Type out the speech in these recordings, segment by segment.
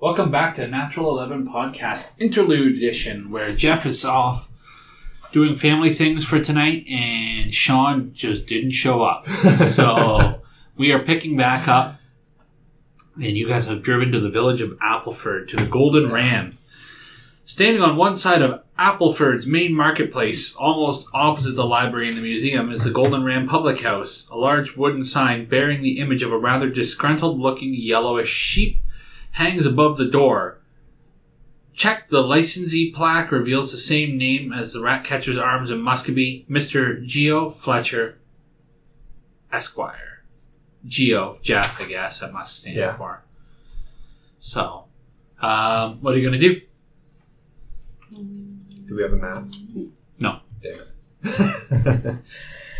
welcome back to Natural 11 Podcast Interlude Edition, where Jeff is off doing family things for tonight, and Sean just didn't show up. So we are picking back up, and you guys have driven to the village of Appleford to the Golden Ram. Standing on one side of Appleford's main marketplace, almost opposite the library and the museum, is the Golden Ram Public House, a large wooden sign bearing the image of a rather disgruntled looking yellowish sheep hangs above the door. Check the licensee plaque reveals the same name as the rat catcher's arms in Muscovy, Mr. Geo Fletcher Esquire. Geo, Jeff, I guess that must stand Yeah. for. So, um, what are you going to do? Do we have a map? No. Damn it.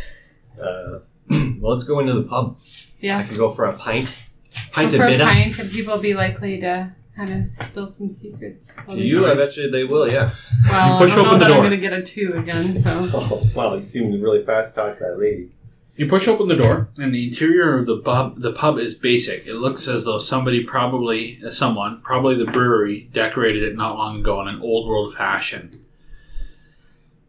uh, well, let's go into the pub. I Yeah. could go for a pint. Pint of for a bitter. pint, and people be likely to kind of spill some secrets. To you, I bet you they will, yeah. Well, Push I don't open know the that door. I'm going to get a two again, so. Oh, wow, you seemed really fast to talk to that lady. You push open the door, and the interior of the pub the pub is basic. It looks as though somebody, probably uh, someone, probably the brewery, decorated it not long ago in an old world fashion.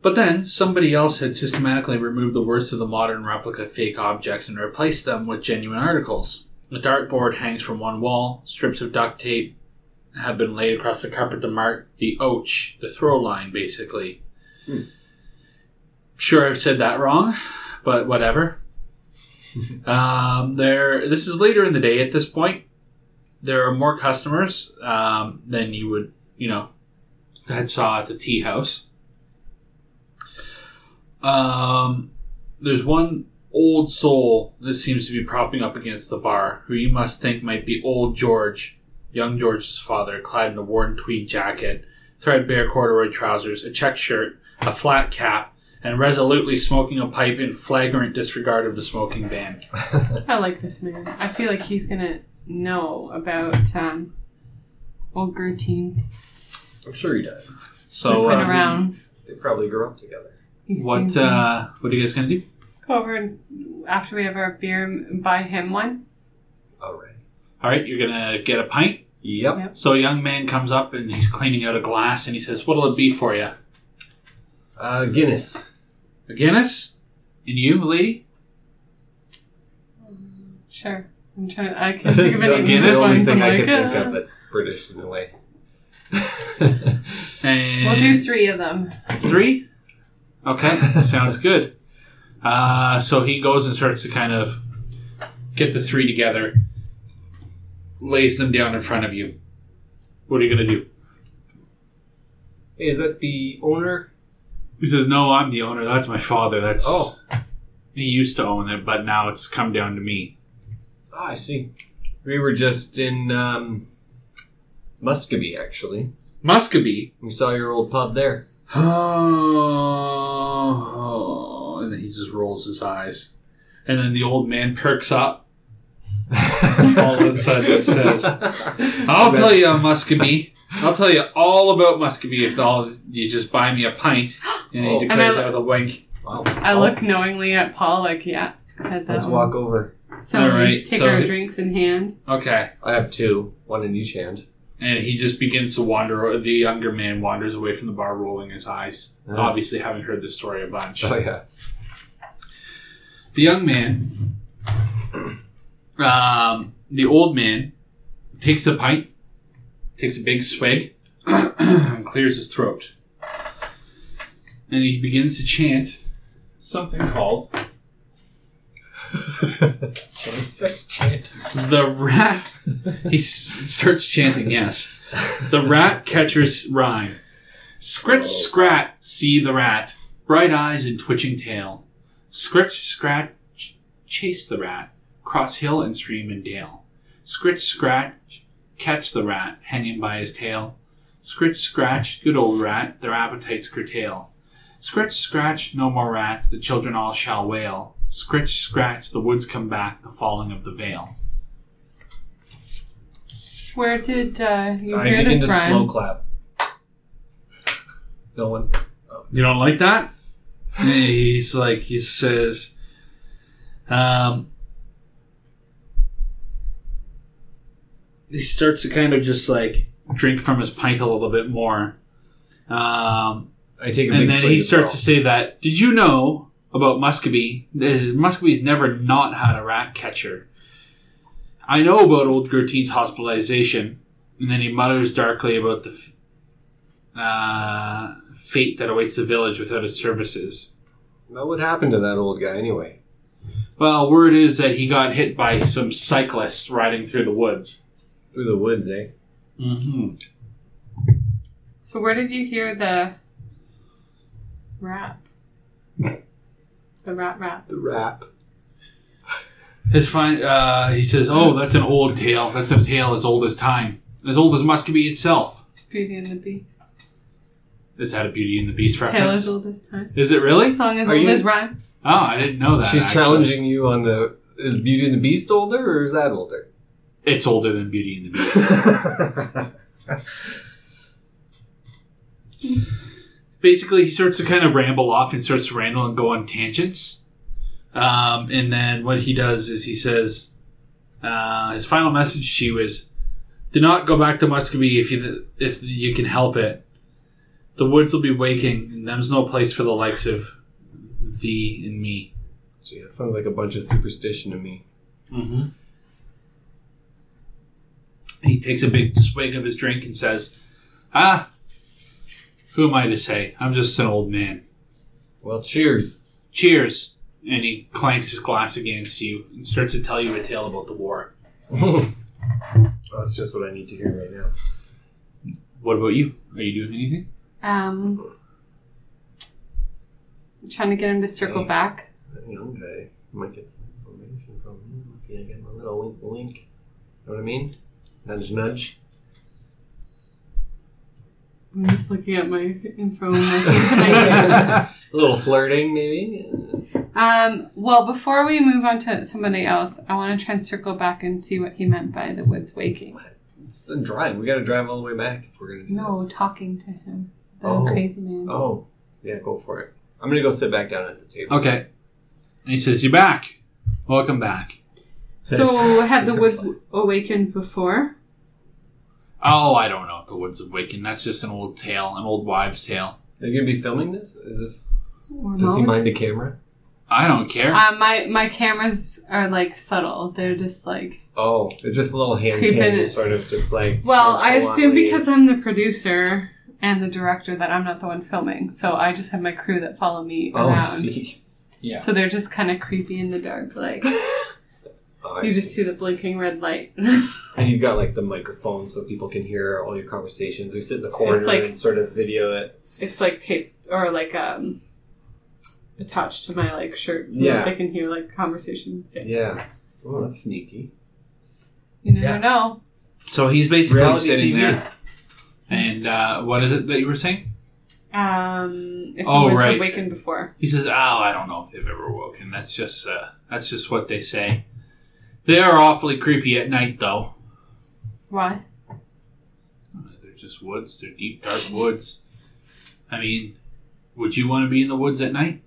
But then somebody else had systematically removed the worst of the modern replica fake objects and replaced them with genuine articles. A dartboard hangs from one wall. Strips of duct tape have been laid across the carpet to mark the ouch, the throw line, basically. Sure, I've said that wrong but whatever. um, there. This is later in the day. At this point, there are more customers um, than you would, you know, had saw at the tea house. Um, there's one old soul that seems to be propping up against the bar, who you must think might be old George, young George's father, clad in a worn tweed jacket, threadbare corduroy trousers, a check shirt, a flat cap, and resolutely smoking a pipe in flagrant disregard of the smoking ban. I like this man. I feel like he's going to know about um, old Gertine. I'm sure he does. He's So, been uh, around. They probably grew up together. He's what seen him. uh, what are you guys gonna do? Go over and, after we have our beer, and buy him one. All right. All right, you're gonna get a pint. Yep. So, a young man comes up and he's cleaning out a glass and he says, "What'll it be for you? Uh, Guinness. A Guinness? And you, lady? Sure. I'm trying to, I can't think of any Guinness? English the only ones. thing I'm I like, could think uh, of that's British in a way. And We'll do three of them. three. Okay, sounds good. Uh, so he goes and starts to kind of get the three together, lays them down in front of you. What are you gonna do? Is that the owner? He says, "No, I'm the owner. That's my father. That's Oh. He used to own it, but now it's come down to me. Ah, I see. We were just in um, Muscovy, actually. Muscovy. We saw your old pub there. Oh, and then he just rolls his eyes, and then the old man perks up. All of a sudden, he says, "I'll tell you, Muscovy. I'll tell you all about Muscovy if all you just buy me a pint." And he Oh. declares And I- that with a wink. Wow. I look knowingly at Paul, like, yeah, had that Let's one. walk over. So All right, we take so- our drinks in hand. Okay, I have two, one in each hand. and he just begins to wander. The younger man wanders away from the bar, rolling his eyes, Oh. obviously having heard this story a bunch. Oh yeah. the young man, um, the old man, takes a pint, takes a big swig, and clears his throat. And he begins to chant something called the rat. He s- starts chanting, yes. The rat catcher's rhyme. Scritch, scrat, see the rat. Bright eyes and twitching tail. Scritch, scratch, ch- chase the rat. Cross hill and stream and dale. Scritch, scratch, catch the rat hanging by his tail. Scritch, scratch, good old rat, their appetites curtail. Scritch, scratch, no more rats, the children all shall wail. Scritch, scratch, the woods come back, the falling of the veil. Where did uh, you I'm hear getting the this rhyme? slow clap. No one. You don't like that? And he's like, he says, um, he starts to kind of just like drink from his pint a little bit more. Um, I take a big and then swig he as starts to well. say that, did you know about Muscovy? Uh, Muscovy's never not had a rat catcher. I know about old Gertine's hospitalization. And then he mutters darkly about the f- uh, fate that awaits the village without its services. Well, what happened to that old guy anyway? Well, word is that he got hit by some cyclists riding through the woods. Through the woods, eh? Mm-hmm. So where did you hear the rap? The rap rap. The rap. His fine, uh, he says, "Oh, that's an old tale. That's a tale as old as time, as old as Muscovy itself." Beauty and the Beast. Is that a Beauty and the Beast Tale reference? as old as time. Is it really? Song as Are old you- as rhyme. Oh, I didn't know that. She's actually. challenging you on the is Beauty and the Beast older or is that older? It's older than Beauty and the Beast. basically he starts to kind of ramble off and starts to ramble and go on tangents. Um, and then what he does is he says, uh, his final message to you is, "Do not go back to Muscovy if you if you can help it. The woods will be waking, and them's no place for the likes of thee and me." Gee, that sounds like a bunch of superstition to me. Mm-hmm. He takes a big swig of his drink and says, "Ah, who am I to say? I'm just an old man." Well, cheers. Cheers. And he clanks his glass against you and starts to tell you a tale about the war. That's just what I need to hear right now. What about you? Are you doing anything? Um, I'm trying to get him to circle Hey. back. That young guy might get some information from him if you give him a little wink, wink. Know what I mean? Nudge, nudge. I'm just looking at my info. and I a little flirting, maybe. think I- um, well, before we move on to somebody else, I want to try and circle back and see what he meant by the woods waking. It's the drive. We got to drive all the way back if we're gonna. Do No, talking to him, the Oh. crazy man. That. Oh, yeah, go for it. I'm gonna go sit back down at the table. Okay. And he says, You're back. Welcome back. So had the woods awakened before? Oh, I don't know if the woods have wakened. That's just an old tale, an old wives' tale. Uh, Are you gonna be filming this? Is this? Or Does he not? mind the camera? I don't care. Uh, my my cameras are like subtle. They're just like Oh, it's just a little hand Creeping cam, it. sort of just like. well, I assume nonchalantly. because I'm the producer and the director that I'm not the one filming. So I just have my crew that follow me Oh, I around. see. yeah. So they're just kind of creepy in the dark. Like Oh, I you just see. see the blinking red light. and you've got like the microphone so people can hear all your conversations. We sit in the corner It's like- and sort of video it. it's like tape or like um attached to my like shirt, so Yeah. that they can hear like conversations. Yeah. Oh, that's sneaky. You never Yeah. know. So he's basically Reality sitting TV. there. And uh, what is it that you were saying? Um, if the Oh, woods right. awakened before. He says, "Oh, I don't know if they've ever woken. That's just uh, that's just what they say. They are awfully creepy at night, though. Why? They're just woods. They're deep, dark woods. I mean, would you want to be in the woods at night?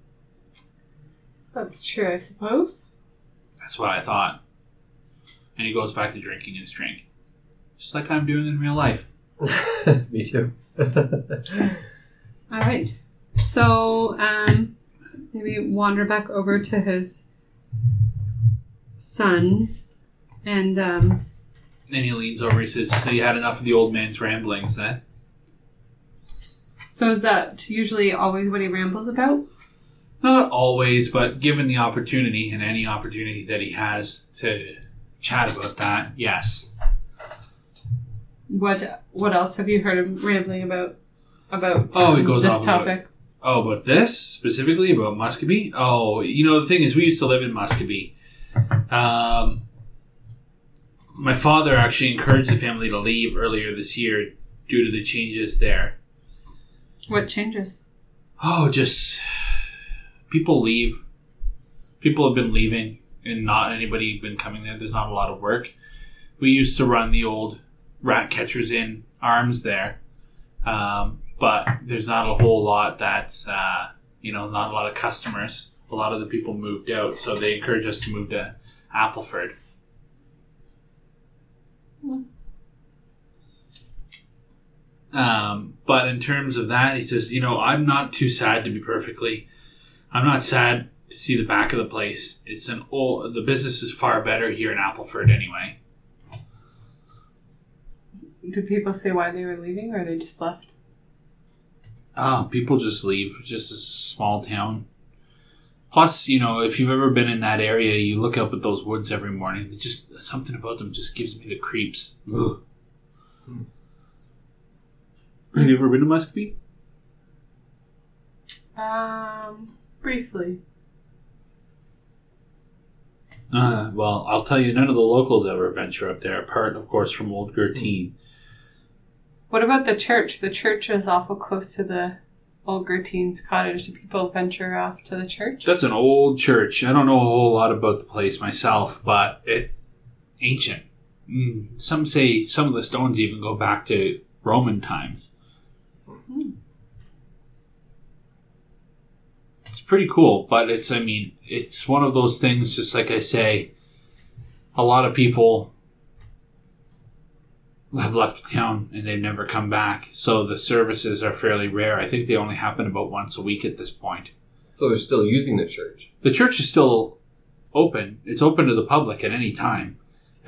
That's true, I suppose. That's what I thought. And he goes back to drinking his drink, just like I'm doing in real life. Me too. All right. So, um, maybe wander back over to his son and, um, And he leans over. He says, "So you had enough of the old man's ramblings, then?" so is that usually always what he rambles about? Not always, but given the opportunity and any opportunity that he has to chat about that, yes. What What else have you heard him rambling about? About Oh, he um, goes this off about topic. Oh, but this specifically about Muscovy? Oh, you know the thing is, we used to live in Muscovy. Um, my father actually encouraged the family to leave earlier this year due to the changes there. What changes? Oh, just people leave. People have been leaving, and not anybody been coming there. There's not a lot of work. We used to run the old rat catchers in arms there, um, but there's not a whole lot that's uh, you know not a lot of customers. A lot of the people moved out, so they encourage us to move to Appleford. Um, but in terms of that, he says, you know, I'm not too sad to be perfectly. I'm not sad to see the back of the place. It's an old. The business is far better here in Appleford anyway. Do people say why they were leaving or they just left? Oh, people just leave. It's Just a small town. Plus, you know, if you've ever been in that area, you look up at those woods every morning. It's just something about them just gives me the creeps. Ugh. Hmm. Have you ever been to Muscovy? Um, briefly. Uh, well, I'll tell you, none of the locals ever venture up there, apart, of course, from Old Gertine. What about the church? The church is awful close to the old Gertine's cottage. Do people venture off to the church? That's an old church. I don't know a whole lot about the place myself, but it ancient. Mm. Some say some of the stones even go back to Roman times. It's pretty cool, but it's I mean, it's one of those things just like I say a lot of people have left the town and they've never come back. So the services are fairly rare. I think they only happen about once a week at this point. So they're still using the church. The church is still open. It's open to the public at any time.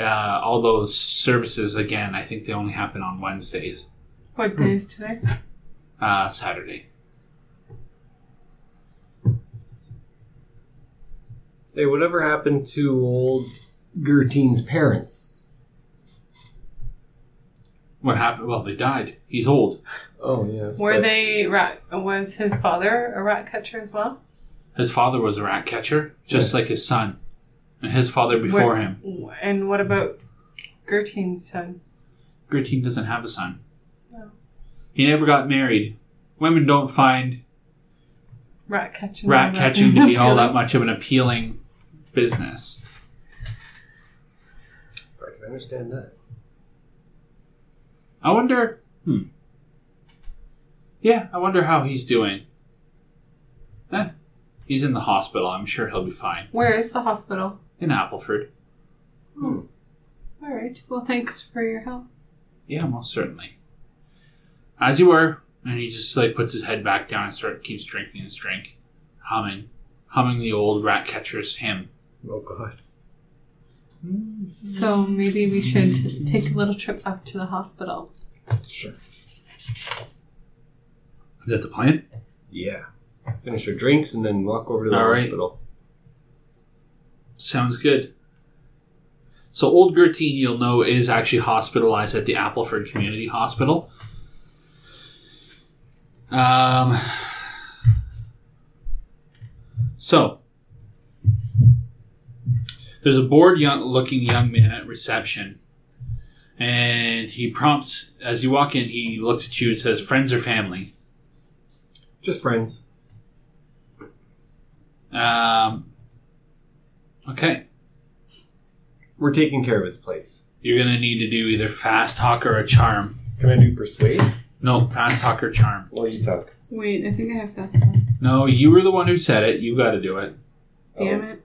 Uh, all those services, again, I think they only happen on Wednesdays, What Hmm. day is today? uh, Saturday. Hey, whatever happened to old Gertine's parents? What happened? Well, they died. He's old. Oh yes. Were but- they rat? Was his father a rat catcher as well? His father was a rat catcher, just like his son, and his father before Where- him. And what about Gertine's son? Gertine doesn't have a son. No. He never got married. Women don't find Rat catching. rat catching to be all that much of an appealing business. I can understand that. I wonder. Hmm. Yeah, I wonder how he's doing. Eh, he's in the hospital. I'm sure he'll be fine. Where is the hospital? In Appleford. Hmm. All right. Well, thanks for your help. Yeah, most certainly. As you were, and he just like puts his head back down and start keeps drinking his drink, humming, humming the old rat catcher's hymn. Oh God. So maybe we should take a little trip up to the hospital. Sure. Is that the plan? Yeah. Finish your drinks and then walk over to the All right. hospital. Sounds good. So old Gertine, you'll know, is actually hospitalized at the Appleford Community Hospital. Um, so there's a bored, young-looking young man at reception, and he prompts as you walk in. He looks at you and says, "Friends or family?" Just friends. Um, okay. We're taking care of his place. You're gonna need to do either fast talk or a charm. Can I do persuade? No, fast talk or charm. While you talk. Wait, I think I have fast one. No, you were the one who said it. You got to do it. Oh. Damn it.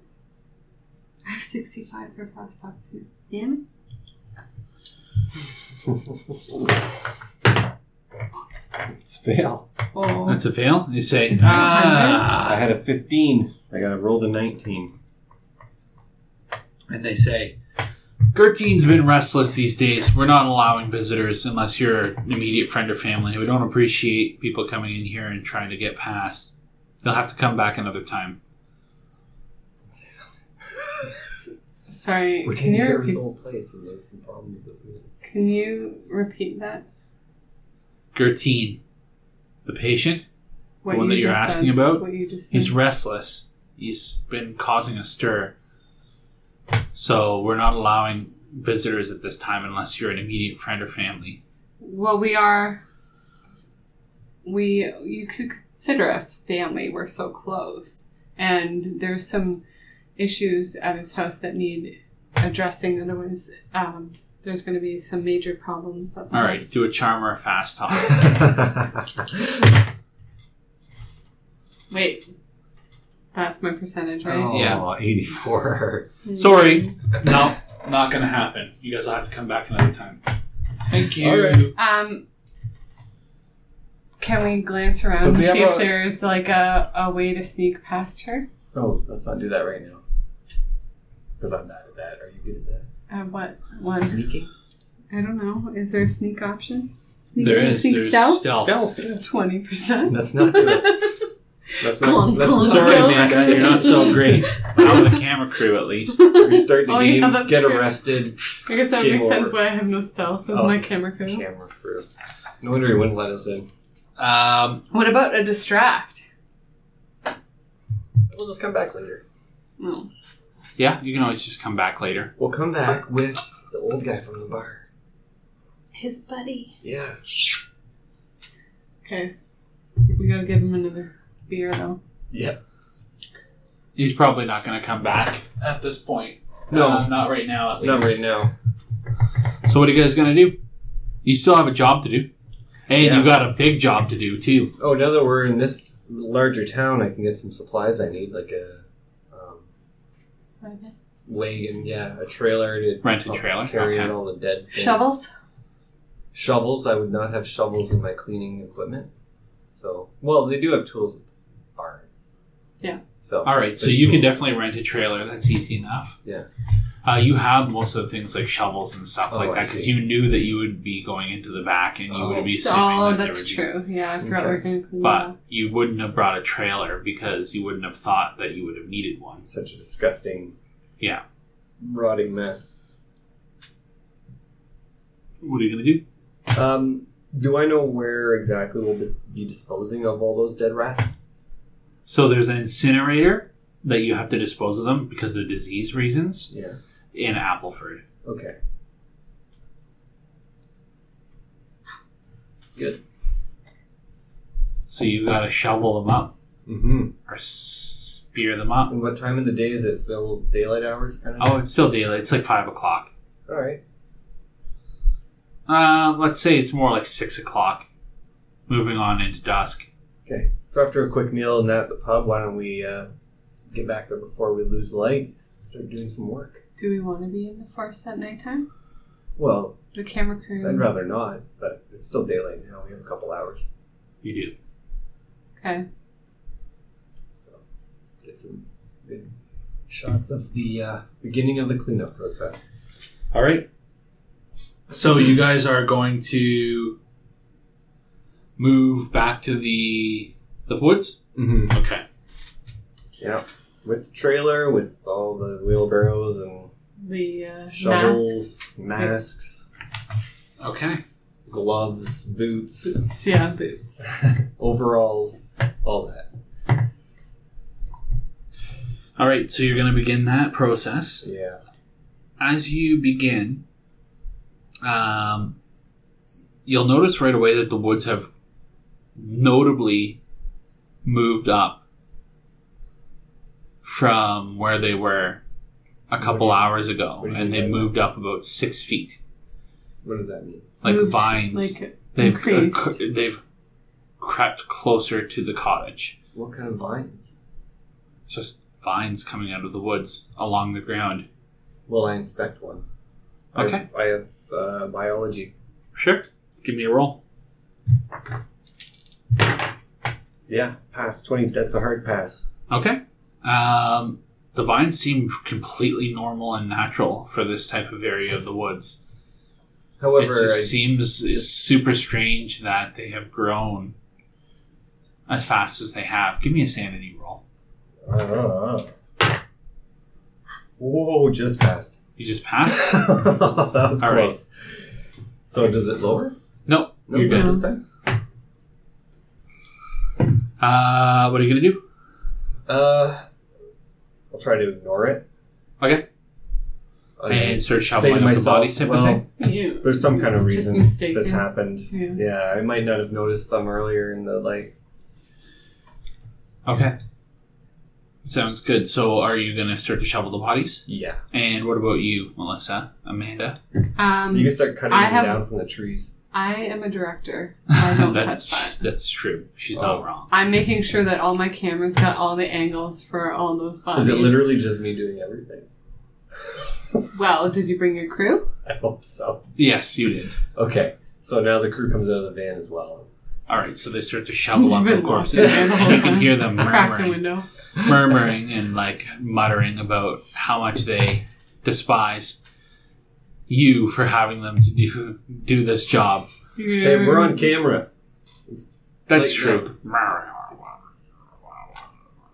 I have 65 for fast talk too. Damn It's fail. it. Oh. That's a fail. You say Is that a ah, had a 15. I got a roll to 19. and they say, "Gertine's been restless these days. We're not allowing visitors unless you're an immediate friend or family. We don't appreciate people coming in here and trying to get past. They'll have to come back another time." Sorry. We're Can taking you, care of his repeat, whole place, and there's some problems that we. can you repeat that? Gertine, the patient, What one that you're just asking said, about? What you just He's said. restless. He's been causing a stir. So we're not allowing visitors at this time unless you're an immediate friend or family. Well, we are. We you could consider us family. We're so close, and there's some issues at his house that need addressing. Otherwise, um, there's going to be some major problems. At the All right, house. do a charm or a fast talk. Wait, that's my percentage, right? oh, Yeah. 84. Sorry, no, Oh. not gonna happen. You guys will have to come back another time. Thank you. All right. Um, Can we glance around and Does he see have if a- there's like a, a way to sneak past her? Oh, let's not do that right now. Because I'm bad at that. Are you good at Uh, what that? one? Sneaking? I don't know. Is there a sneak option? Sneak, There sneak, is. sneak, There's stealth. stealth. Stealth. Twenty percent. That's not good. That's not. Clunk, That's clunk, sorry, Sorry, Stealth. man, man. you're not so great. I'm the camera crew, at least. We start the Oh, yeah, game, that's get true. arrested, I guess that Game makes sense over. why I have no stealth in Oh. my camera crew. camera crew. No wonder he wouldn't let us in. Um, What about a distract? We'll just come back later. No. yeah, you can always just come back later. We'll come back with the old guy from the bar. His buddy. Yeah. Okay. We gotta give him another beer though. He's probably not going to come back at this point. No. Uh, not right now, at Not right least. now. So, what are you guys going to do? You still have a job to do. And Yeah. you got a big job to do, too. Oh, now that we're in this larger town, I can get some supplies I need, like a um, wagon, yeah, a trailer to Rent a trailer, carry okay. in all the dead things. Shovels? Shovels. I would not have shovels in my cleaning equipment. So, well, they do have tools at the barn. Yeah. So. All right, so there's you can tools. definitely rent a trailer. That's easy enough. Yeah. Uh, you have most of the things like shovels and stuff Oh, like I that because see. you knew that you would be going into the back and you Oh. would be assuming Oh, that there that's would be- true. Yeah, I forgot Okay. we we're gonna clean that but up. you wouldn't have brought a trailer because you wouldn't have thought that you would have needed one. Such a disgusting, Yeah. rotting mess. What are you gonna do? Um, do I know where exactly we'll be disposing of all those dead rats? So there's an incinerator that you have to dispose of them because of disease reasons Yeah. in Appleford. Okay. So you gotta shovel them up Mm-hmm. or spear them up. And what time of the day is it? Still daylight hours, kind of. Oh, it's still daylight. It's like five o'clock. All right. Uh, let's say it's more like six o'clock. Moving on into dusk. Okay. So after a quick meal and that at the pub, why don't we uh, get back there before we lose light? Start doing some work. Do we wanna be in the forest at nighttime? Well, The camera I'd Hmm. crew. rather not, but it's still daylight now. We have a couple hours, You do. Okay. so get some good shots of the uh, beginning of the cleanup process. All right. So you guys are going to move back to the the woods. Mm-hmm. Okay. Yeah, with trailer, with all the wheelbarrows and The uh, mask. shovels, masks, Okay. gloves, boots, Boots, yeah, boots. overalls, all that. All right. So you're going to begin that process. Yeah. as you begin, um, you'll notice right away that the woods have notably moved up from where they were a couple What do you- hours ago, what do you and mean they by that? moved up about six feet, What does that mean? like Moved, vines. Like they've increased. cr- they've crept closer to the cottage. What kind of vines? It's just vines coming out of the woods along the ground. Well, I inspect one. Okay, I have, I have uh, biology. sure. Give me a roll. Yeah, pass twenty. That's a hard pass. Okay. Um, the vines seem completely normal and natural for this type of area of the woods. However, it just seems it's super strange that they have grown as fast as they have. Give me a sanity roll. I, uh, whoa, just passed. You just passed. that was All right. close. So does it lower? nope. You're not good. this time. Uh, what are you gonna do? Uh, I'll try to ignore it. Okay. I And start say shoveling to up myself, the bodies type well, of thing. You. there's some kind of Just reason mistaken. this happened. Yeah. Yeah, I might not have noticed them earlier in the like. Okay. Sounds good. So, are you gonna start to shovel the bodies? Yeah, And what about you, Melissa, Amanda? Um, you can start cutting I them have- down from the trees. I am a director. I don't touch that's that. that's true. She's Oh. not wrong. I'm making sure that all my cameras got all the angles for all those Is bodies. it literally just me doing everything? Well, did you bring your crew? I hope so. Yes, you did. Okay, so now the crew comes out of the van as well. All right, so they start to shovel up the Been corpses. walking the whole you can hear them Crack the murmuring, window. murmuring and like muttering about how much they despise you for having them to do do this job. Hey, we're on camera. That's Like true.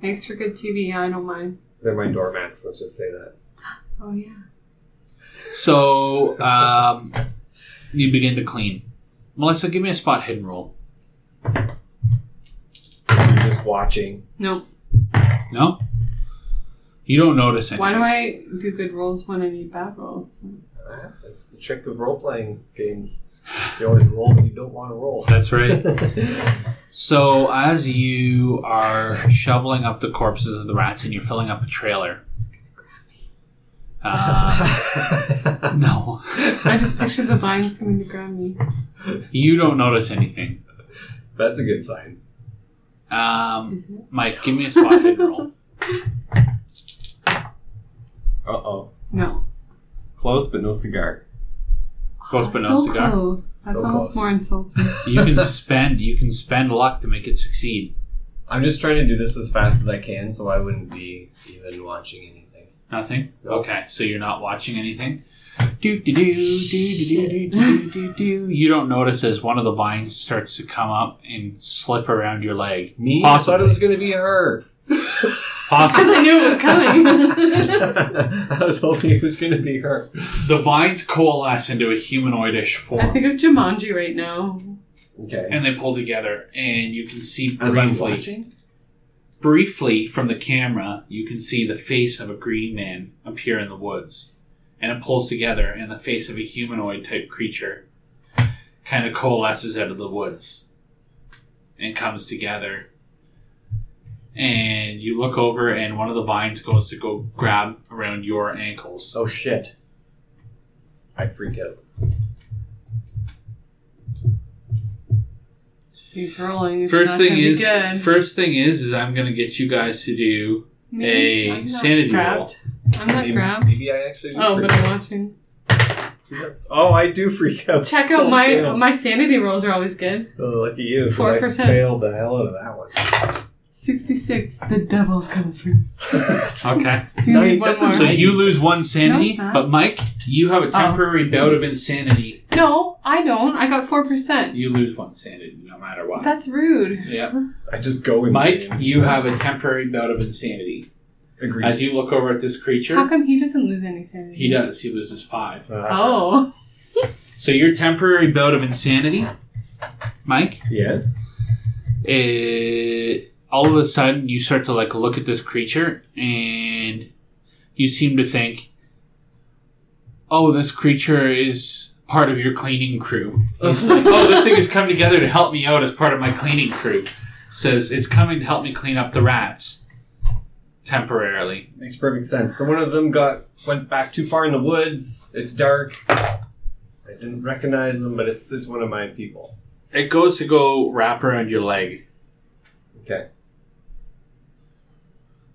Thanks for good TV. I don't mind. They're my doormats. Let's just say that. Oh yeah. So um, you begin to clean. Melissa, give me a spot hidden roll. You're just watching. Nope. No, you don't notice anything. Why do I do good rolls when I need bad rolls? Uh, That's the trick of role playing games. You always roll when you don't want to roll. That's right. So, as you are shoveling up the corpses of the rats and you're filling up a trailer. Uh, no. I just pictured the vines coming to grab me. You don't notice anything. That's a good sign. Um, Is it? Mike, give me a spot hidden roll. Uh oh. No. Close but no cigar. Close but no so cigar. close. That's So almost close. more insulting. You can spend you can spend luck to make it succeed. I'm just trying to do this as fast as I can so I wouldn't be even watching anything. Nothing. Nope. Okay, so you're not watching anything. Do do do do do do do do do. You don't notice as one of the vines starts to come up and slip around your leg. Me? I thought Possibly. it was going to be her. Possibly. Because I knew it was coming. I was hoping it was going to be her. The vines coalesce into a humanoidish I form, think of Jumanji right now. Okay. and they pull together. And you can see As I'm briefly, watching? briefly from the camera, you can see the face of a green man appear in the woods, and it pulls together, and the face of a humanoid type creature kind of coalesces out of the woods and comes together. And you look over, and one of the vines goes to go grab around your ankles. Oh shit. I freak out. He's rolling. It's first not thing gonna be is good. first thing is is i'm gonna get you guys to do Maybe a I'm not sanity grabbed. I'm not Maybe, grabbed. maybe I actually do Oh, freak but I'm watching. out. Oh, I do freak out. Check out Oh, my damn. my sanity rolls are always good. Oh, lucky you. 'cause I 4%. failed the hell out of that one. Sixty six. The devil's coming through. okay You Nine- need one that's a more. so Nice. you lose one sanity it's not. Oh. but mike you have a temporary bout of insanity No, I don't. I got four percent. you lose one sanity no matter what That's rude. yeah I just go in. mike you have a temporary bout of insanity agreed. as you look over at this How creature come he doesn't lose any sanity? he does he loses five Uh, Oh, so your temporary bout of insanity mike Yes. it, Eh, all of a sudden you start to like look at this creature and you seem to think oh this creature is part of your cleaning crew it's like oh this thing has come together to help me out as part of my cleaning crew says it's coming to help me clean up the rats temporarily Makes perfect sense. So one of them got went back too far in the woods. It's dark. I didn't recognize them, but it's it's one of my people. it goes to go wrap around your leg Okay.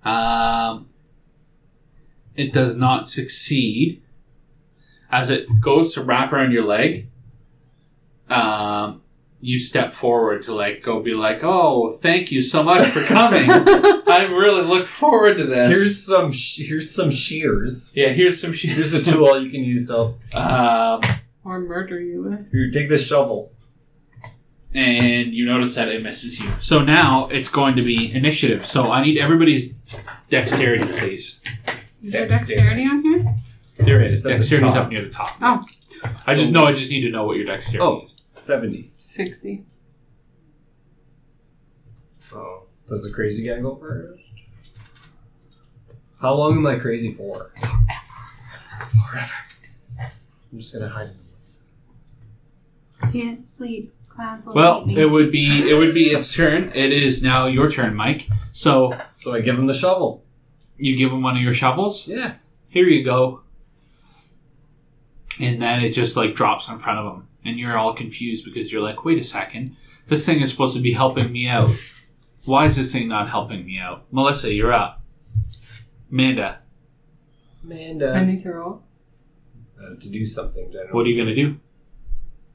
um, it does not succeed as it goes to wrap around your leg um, you step forward to like go be like oh thank you so much for coming i really look forward to this Here's some sh- here's some shears. yeah here's some shit Here's a tool you can use to help um, or murder you with. you take this shovel. and you notice that it misses you so now it's going to be initiative so i need everybody's dexterity please Is there Dexterity. dexterity on here? there is It's at the dexterity's top. up near the top Oh. i just know i just need to know what your dexterity Oh. is Seventy. Sixty. Oh. Does the crazy guy go first? How long am I crazy for? Forever. Forever. I'm just gonna hide in the woods. Can't sleep. Clouds will Well, keep me. it would be it would be its turn. It is now your turn, Mike. So So I give him the shovel. you give him one of your shovels. Yeah. Here you go. And then it just like drops in front of him, and you're all confused because you're like, wait a second, this thing is supposed to be helping me out. Why is this thing not helping me out? Melissa, you're up. Amanda, Amanda. I need to roll. uh, to do something generally. what are you gonna do?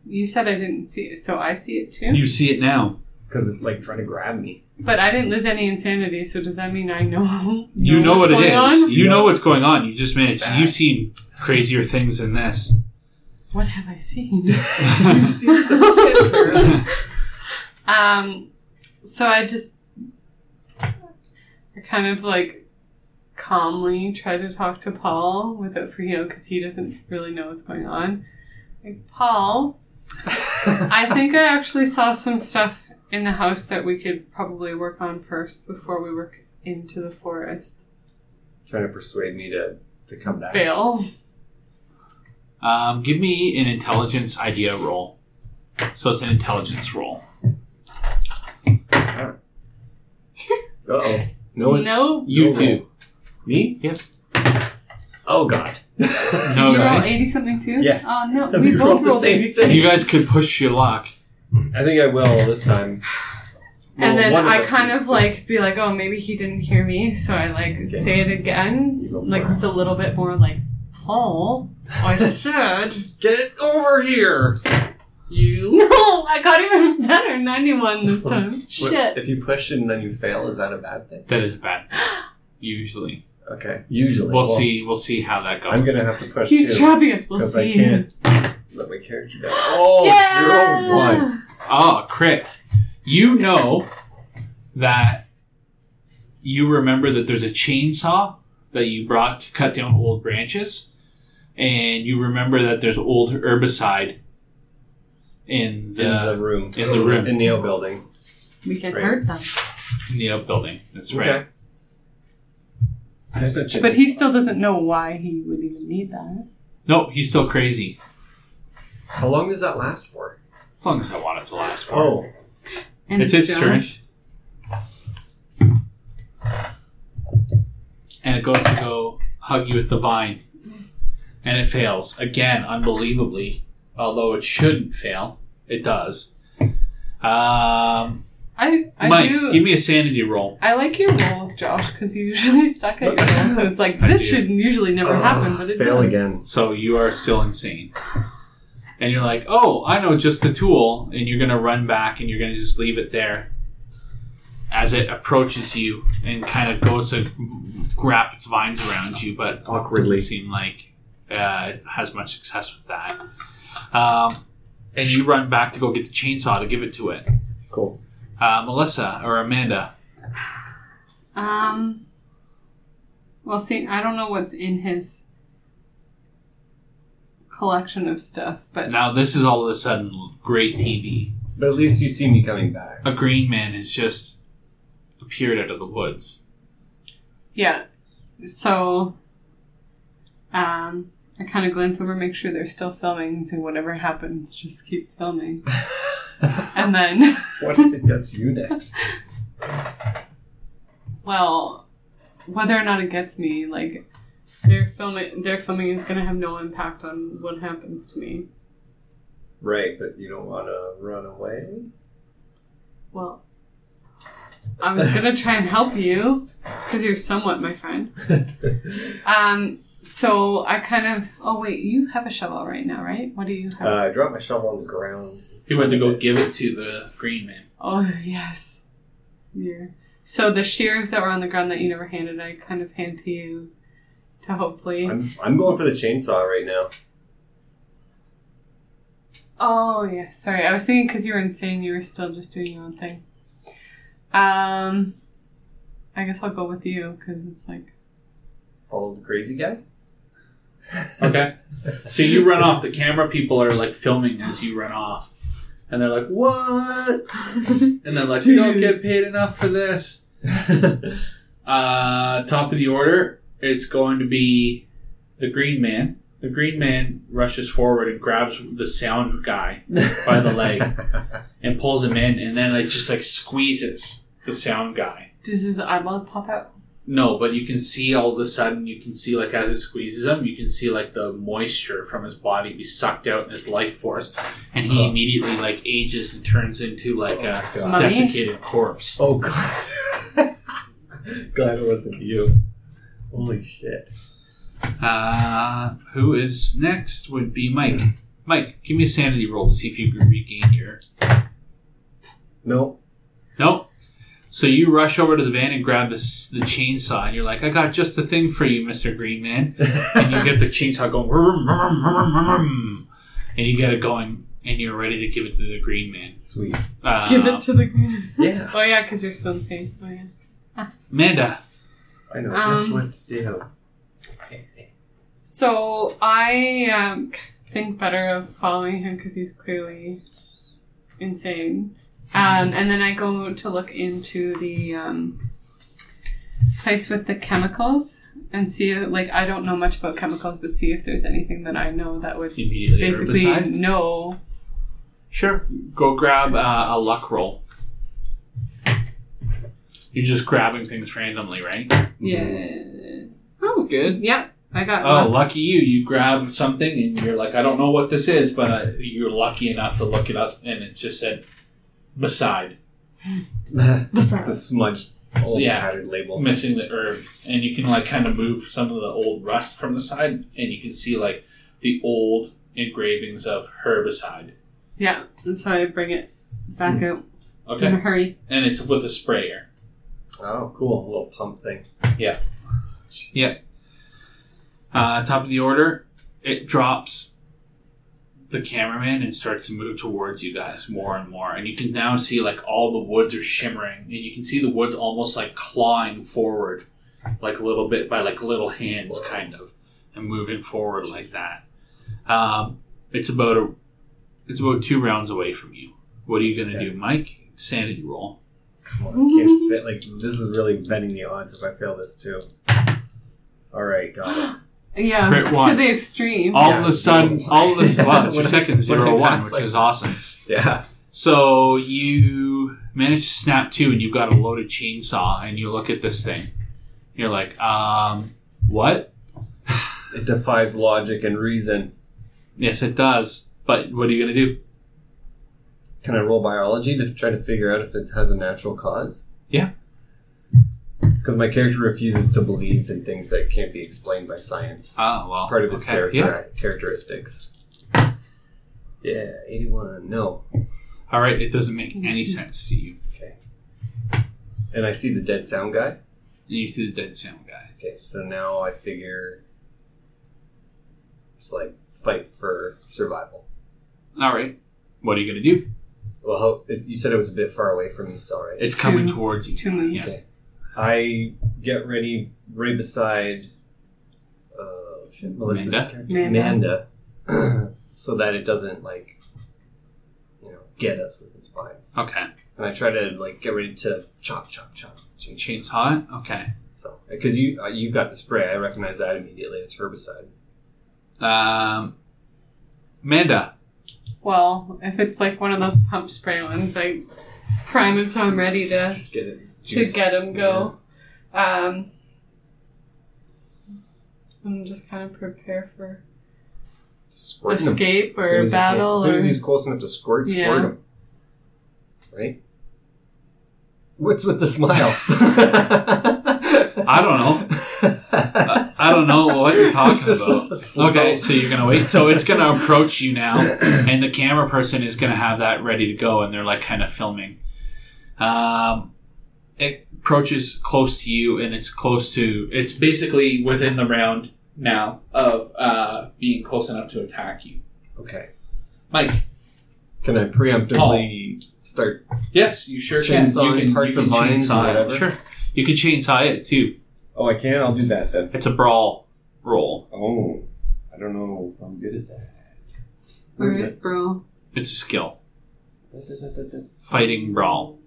You said I didn't see it, so I see it too. You see it now. Because it's like trying to grab me. but I didn't lose any insanity, so does that mean I know? You know, what's what it going is. on? You know what's going on. You just managed. Bad. You've seen crazier things than this. What have I seen? You've seen some shit, girl. Um, so I just I kind of like calmly try to talk to Paul without Frio because he doesn't really know what's going on. Like, Paul, I think I actually saw some stuff in the house that we could probably work on first before we work into the forest. trying to persuade me to, to come back. Bill, Um, give me an intelligence idea roll. So it's an intelligence roll. Uh oh. No one. no, You No too. Me? Yep. Oh god. No, you rolled guys. eighty something too. Yes. Oh no, Have we you both the rolled same eighty. thing? You guys could push your luck. I think I will this time. Well, And then one of I us kind needs of to- like be like, oh, maybe he didn't hear me, so I like Okay. say it again, You go for like it. with a little bit more like, Paul, I said. Get over here! You. no, I got even better, 91 this time. What- Shit. If you push and then you fail, is that a bad thing? That is bad. Usually, Okay. Usually. we'll, see. We'll see how that goes. I'm gonna have to push He's too. trapping us, we'll Because I see. can't let my character down. Oh, zero one. Ah, crit. You know that you remember that there's a chainsaw that you brought to cut down old branches, and you remember that there's old herbicide in in the the room. in the room. In the old building. We can Right. hurt them. in the outbuilding. That's right. Okay. There's a chicken. But he still doesn't know why he would even need that. No, he's still crazy. How long does that last for? As long as I want it to last for. Oh, And it's its turn. Josh. And it goes to go hug you with the vine. And it fails. Again, unbelievably. Although it shouldn't fail, it does. Um, I, I Mike, do. give me a sanity roll. I like your rolls, Josh, because you usually suck at your rolls, so it's like, I this do. should usually never Ugh, happen, but it fail does. again. So you are still insane. And you're like, oh, I know just the tool. And you're going to run back and you're going to just leave it there as it approaches you and kind of goes to wrap its vines around you. But Awkwardly. Doesn't seem like uh, it has much success with that. Um, and you run back to go get the chainsaw to give it to it. Cool. Uh, Melissa or Amanda, Um. Well, see, I don't know what's in his collection of stuff, but now this is all of a sudden great TV. But at least you see me coming back. A green man has just appeared out of the woods. yeah. So, um, I kind of glance over, make sure they're still filming, and say, whatever happens, just keep filming. and then, What if it gets you next? well, whether or not it gets me, like, their filming, their filming is going to have no impact on what happens to me. Right, but you don't want to run away? Well, I was gonna try and help you because you're somewhat my friend. Um, so I kind of. Oh wait, you have a shovel right now, right? What do you Uh, have? I dropped my shovel on the ground. He went to go give it to the green man. oh yes, yeah. So the shears that were on the ground that you never handed, I kind of hand to you to hopefully. I'm, I'm going for the chainsaw right now. Oh yes, sorry. I was thinking because you were insane, you were still just doing your own thing. Um, I guess I'll go with you because it's like. Follow the crazy guy? Okay. so you run off. The camera people are like filming as you run off. And they're like, what? And they're like, you don't get paid enough for this. Uh, top of the order, it's going to be the Green Man. The Green Man rushes forward and grabs the sound guy by the leg and pulls him in, and then it just like squeezes the sound guy. Does his eyeballs pop out? No, but you can see all of a sudden, you can see like as it squeezes him, you can see like the moisture from his body be sucked out in his life force, and he immediately like ages and turns into like a Oh, God. Mummy? desiccated corpse. Oh, God. Glad it wasn't you. Holy shit. Uh, who is next would be Mike. Mike, give me a sanity roll to see if you can regain your. No. Nope. So you rush over to the van and grab this, the chainsaw, and you're like, "I got just the thing for you, Mister Green Man." and you get the chainsaw going, "Vroom, vroom, vroom, vroom," and you get it going, and you're ready to give it to the Green Man. Sweet. Uh, Give it to the green. Yeah. Oh yeah, because you're still insane. Oh yeah. Amanda. I know Um, just what to do. So I um, think better of following him because he's clearly insane. Um, and then I go to look into the um, place with the chemicals and see, like, I don't know much about chemicals, but see if there's anything that I know that would Immediately basically herbicide. know. Sure. Go grab uh, a luck roll. You're just grabbing things randomly, right? Yeah. That was good. Yep. I got Mm-hmm. Oh, luck. lucky you. You grab something and you're like, I don't know what this is, but uh, you're lucky enough to look it up and it just said beside, the Besides, smudged old Yeah. Mm. tattered label. missing the herb. And you can like kind of move some of the old rust from the side and you can see like the old engravings of herbicide. Yeah. And so I bring it back out in a Mm-hmm. Okay? hurry. And it's with a sprayer. Oh, cool. A little pump thing. Yeah. Uh, top of the order, it drops the cameraman and starts to move towards you guys more and more. And you can now see like all the woods are shimmering, and you can see the woods almost like clawing forward, like a little bit by like little hands, kind of, and moving forward like that. Um, it's about a, it's about two rounds away from you. What are you gonna do, Mike? Sanity roll. Come on, I can't fit. Like, this is really bending the odds if I fail this, too. Alright, got it. Yeah. Crit To one. the extreme. All of a sudden, all of a sudden, wow, it's your When I- second when I zero one, pass, which like- is awesome. Yeah. So you manage to snap two, and you've got a loaded chainsaw, and you look at this thing. You're like, um, what? It defies logic and reason. Yes, it does. But what are you gonna do? Can I roll biology to try to figure out if it has a natural cause? Yeah. Because my character refuses to believe in things that can't be explained by science. Oh well, It's part of his okay, character Yeah. characteristics. Yeah, 81. No. All right, it doesn't make Mm-hmm. any sense to you. And I see the dead sound guy. And you see the dead sound guy. Okay, so now I figure it's like fight for survival. All right, what are you gonna do? Well, how, it- you said it was a bit far away from me still, right? It's coming Two- towards you. two moves. Yeah. I get ready right beside uh, shit, Melissa's Manda? character, Amanda, so that it doesn't like you know get us with its spines. Okay, And I try to like get ready to chop, chop, chop, chop. chainsaw it. Okay, So because you uh, you've got the spray, I recognize that immediately. It's herbicide. um, Amanda. Well, if it's like one of those pump spray ones, I prime it so I'm ready to Just get it. to juiced. get him go. Um, and just kind of prepare for Yeah. Just squirt 'em. escape As soon as or he can- battle As soon or as he's close enough to squirt, squirt Yeah. him. Right? What's with the smile? I don't know. I- I don't know what you're talking about. Okay, so you're gonna wait. So it's gonna approach you now, and the camera person is gonna have that ready to go, and they're like kind of filming. Um, it approaches close to you, and it's close to. It's basically within the round now of uh, being close enough to attack you, Okay. Mike. Can I preemptively Oh. start? Yes, you sure can. Chainsawing You can parts you can of vines or chainsaw it. whatever? Sure, you can chainsaw it too. Oh, I can. I'll do that then. It's a brawl roll. Oh, I don't know if I'm good at that. What or is is bro. It's a skill. it? Fighting brawl.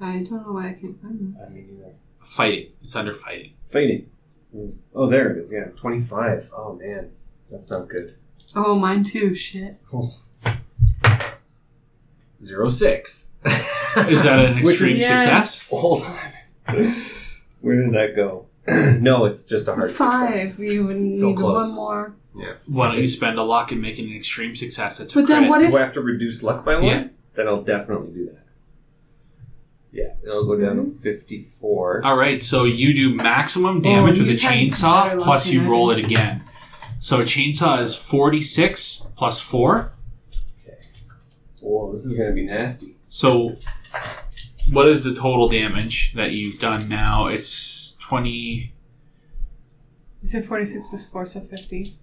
I don't know why I can't find I mean, either. Fighting. It's under fighting. Fading. Oh, there it is. Yeah, twenty-five. Oh man, that's not good. this. Oh, mine too. Shit. Zero six. Is that an Which is- extreme Yes. success? Hold on. Where did that go? no, it's just a hard success. Five. We would need So close. one more. Why don't you spend a luck and make an extreme success? That's a But then crit. what Do I if? have to reduce luck by one? Yeah. Then I'll definitely do that. Yeah, it'll go down to fifty-four. All right, so you do maximum damage Oh, with you a can chainsaw, consider plus you lucky, roll it again. So chainsaw is 46 plus 4. Well, this is gonna be nasty. So what is the total damage that you've done now? It's 20. You said 46 plus 4, so 50.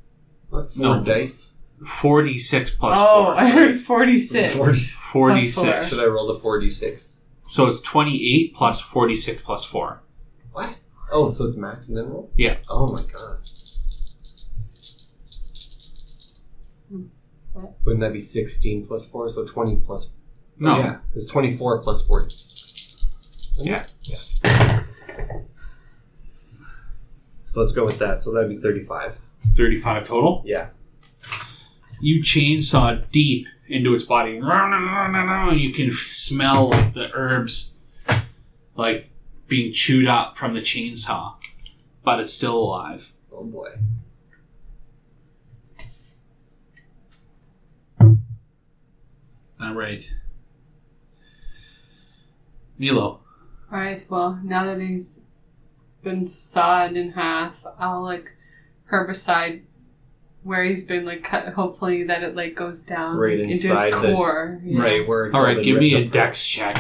What, four No. dice? 46 plus oh, 4. I heard 46. Forty. 46. Plus Should I roll the 4d6? So it's 28 plus 46 plus 4. Oh, so it's max and then roll? Yeah. Oh my god. What? Wouldn't that be 16 plus 4? So 20 plus. No. Oh, Yeah, it's 24 plus 40. Yeah. So let's go with that. So that'd be 35. 35 total. Yeah. You chainsaw deep into its body. You can smell like the herbs like being chewed up from the chainsaw, but it's still alive. Oh boy. All right. Milo. Alright, well, now that he's been sawed in half, I'll like herbicide where he's been like cut. Hopefully, that it like goes down Right like, into inside his the- core. yeah. Right, where it's All right, been give ripped me a apart. dex check.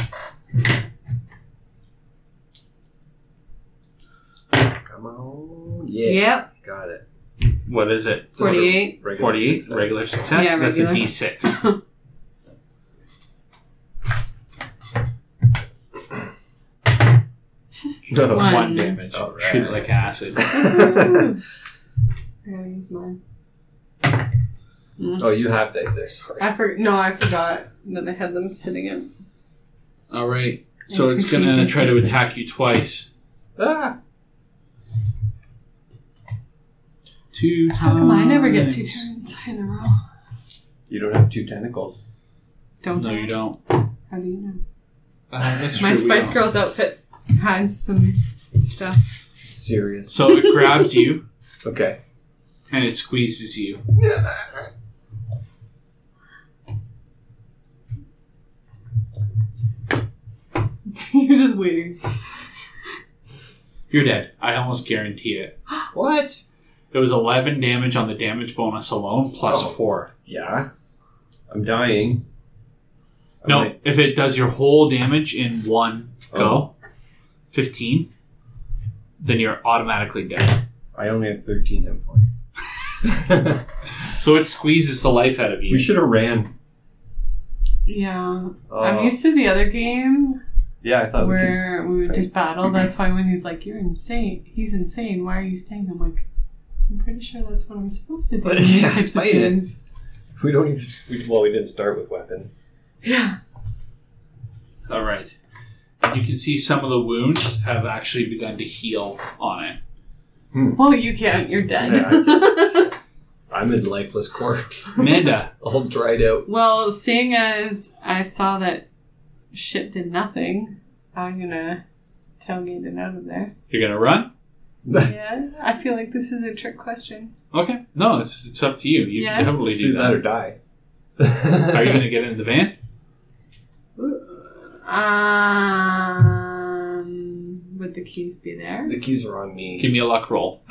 Come on. Yeah. Yep, Got it. What is it? Just a 48. regular 48 success. regular success. Yeah, That's regular. a d6. One. One damage. All right. Oh, Shoot it like acid. Woo. I gotta use mine. oh, you have dice there. Sorry. I for- no, I forgot that I had them sitting in. All right. So I it's going to appreciate try to this. attack you twice. Ah, Two times. How come I never get two turns in a row? you don't have two tentacles. Don't No, I? you don't. How do you know? Uh, that's My true, we Spice don't. Girls outfit had some stuff. Serious. So it grabs you Okay. and it squeezes you. You're just waiting. You're dead. I almost guarantee it. What? It was 11 damage on the damage bonus alone, plus Oh. 4. Yeah. I'm dying. I No, might- if it does your whole damage in one go, 15, then you're automatically dead. I only have 13 hit points. So it squeezes the life out of you. we should have ran. Yeah. Oh. I'm used to the other game yeah, I thought uh, we could. where we would just battle. That's why when he's like, You're insane, he's insane, why are you staying? I'm like, I'm pretty sure that's what I'm supposed to do in Yeah, these types of fight it. games. We don't even. We, well, we didn't start with weapons. Yeah. All right. You can see some of the wounds have actually begun to heal on it. Well, you can't, you're dead. Yeah, I'm a lifeless corpse. Amanda, All dried out. well, seeing as I saw that shit did nothing, I'm gonna tailgate it out of there. you're going to run? Yeah, I feel like this is a trick question. Okay. No, it's, it's up to you. You can Yes. totally do Do that or that. die. Are you going to get in the van? Um, would the keys be there? The keys are on me. Give me a luck roll.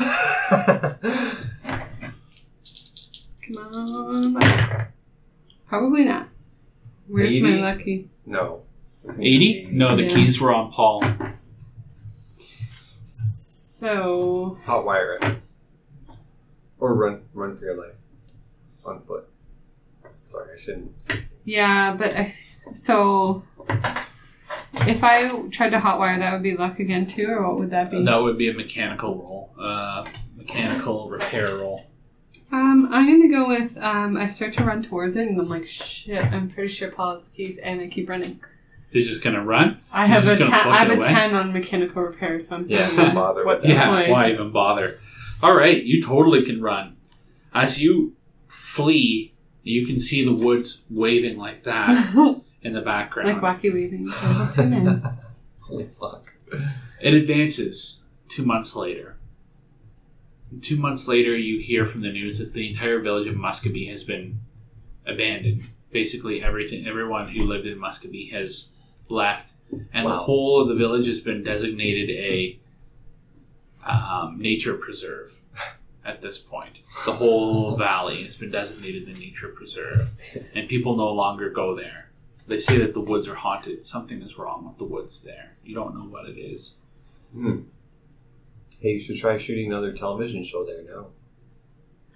Come on. Probably not. Where's my Maybe. lucky? no. 80? No, the Yeah. keys were on Paul. So, Hot wire it. Or run run for your life. On foot. Sorry, I shouldn't. yeah, but I, so if I tried to hotwire, that would be luck again too, or what would that be? That would be a mechanical roll. Uh, mechanical repair roll. Um, I'm gonna go with um. I start to run towards it, and I'm like, shit. I'm pretty sure Paul has the keys, and I keep running. He's just going to run? I You're have a just ten. gonna book I have it a away? ten on mechanical repair, so I'm Yeah, thinking, bother with what's that. the yeah, point? why even bother? All right, you totally can run. As you flee, you can see the woods waving like that in the background. like wacky weaving. So we'll tune in. Holy fuck. It advances two months later. Two months later, you hear from the news that the entire village of Muscovy has been abandoned. Basically, everything, everyone who lived in Muscovy has left, and the Wow. whole of the village has been designated a um, nature preserve at this point. The whole valley has been designated a nature preserve, and people no longer go there. They say that the woods are haunted. Something is wrong with the woods there. You don't know what it is. Hmm. Hey, you should try shooting another television show there now.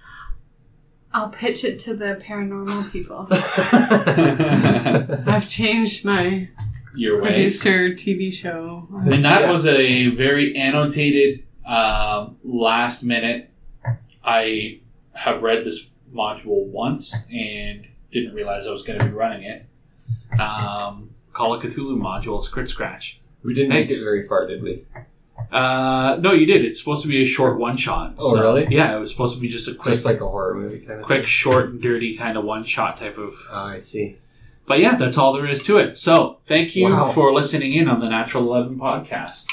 I'll pitch it to the paranormal people. I've changed my Your ways. producer TV show. And that Yeah. was a very annotated um, last minute. I have read this module once and didn't realize I was going to be running it. Um, Call of Cthulhu modules, Crit Scratch. We didn't make Thanks. it very far, did we? Uh, no, you did. It's supposed to be a short one shot. Oh, really? Yeah, it was supposed to be just a quick, Just like a horror movie kind of quick, short, dirty kind of one shot type of Thing. Oh, I see. But yeah, that's all there is to it. So thank you Wow. for listening in on the Natural 11 podcast.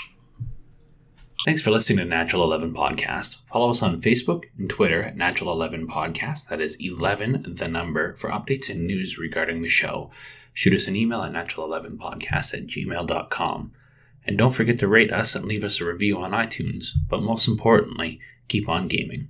Thanks for listening to Natural 11 Podcast. Follow us on Facebook and Twitter at Natural 11 Podcast. That is 11 the number for updates and news regarding the show. Shoot us an email at natural11podcast at gmail.com. And don't forget to rate us and leave us a review on iTunes. But most importantly, keep on gaming.